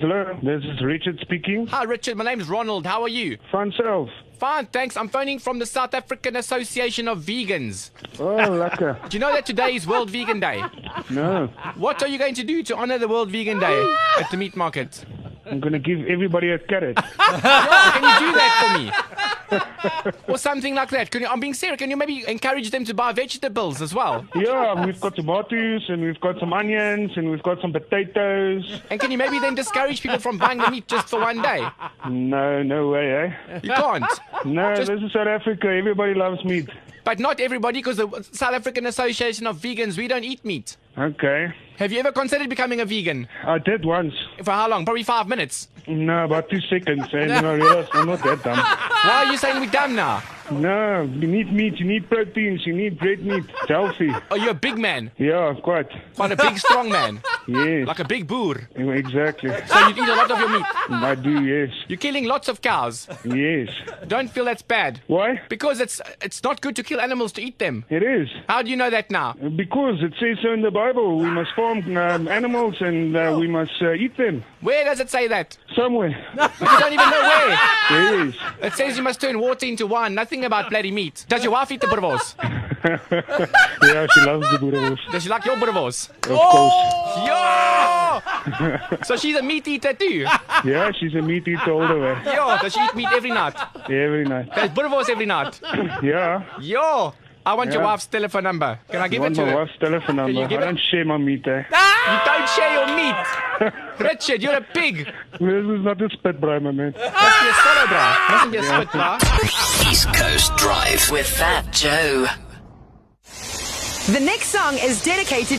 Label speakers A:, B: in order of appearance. A: Hello, this is Richard speaking.
B: Hi, Richard. My name's Ronald. How are you?
A: Fun self.
B: Fine, thanks. I'm phoning from the South African Association of Vegans.
A: Oh, lacquer.
B: Do you know that today is World Vegan Day?
A: No,
B: What are you going to do to honor the World Vegan Day at the meat market?
A: I'm going to give everybody a carrot.
B: Can you do that for me? or something like that. Can you, I'm being serious. Can you maybe encourage them to buy vegetables as well?
A: yeah, we've got tomatoes and we've got some onions and we've got some potatoes.
B: And can you maybe then discourage people from buying the meat just for one day?
A: No, no way, eh?
B: You can't.
A: No, this is South Africa. Everybody loves meat.
B: But not everybody, because the South African Association of Vegans, we don't eat meat.
A: Okay.
B: Have you ever considered becoming a vegan?
A: I did once.
B: For how long? Probably five minutes.
A: No, about two seconds. And then I realized I'm not that dumb.
B: Why are you saying we're dumb now?
A: No, you need meat. You need proteins. You need red meat. It's healthy.
B: Are you Oh, a big man?
A: Yeah, quite.
B: Quite a big, strong man.
A: Yes,
B: Like a big boor.
A: exactly.
B: So you eat a lot of your meat.
A: I do, yes.
B: You're killing lots of cows.
A: Yes.
B: Don't feel that's bad.
A: Why?
B: Because it's it's not good to kill animals to eat them.
A: It is.
B: How do you know that now?
A: Because it says so in the Bible. We must farm um, animals and uh, we must uh, eat them
B: Where does it say that?
A: somewhere.
B: You don't even know where.
A: Yes.
B: It says you must turn water into wine. Nothing about bloody meat. Does your wife eat the burvos?
A: Yeah, she loves the Buddha, of
B: Does she like your burvos? Oh!
A: course.
B: Yo! so she's a meat eater too.
A: Yeah, she's a meat eater all the way.
B: Yo, does she eat meat every night?
A: Every night.
B: There's burvos every night.
A: Yeah.
B: Yo! I want your
A: Yeah.
B: wife's telephone number. Can I give it
A: Want
B: to
A: my
B: her?
A: wife's telephone
B: you
A: number. I
B: give it- Ah!
A: don't share my meat, eh?
B: You don't share your meat. Richard, you're a pig.
A: This is not a spit, bro, my man.
B: Must be a swallow, bruh. Mustn't be a spit, bruh.
C: East Coast Drive.
D: with Fat Joe.
E: The next song is dedicated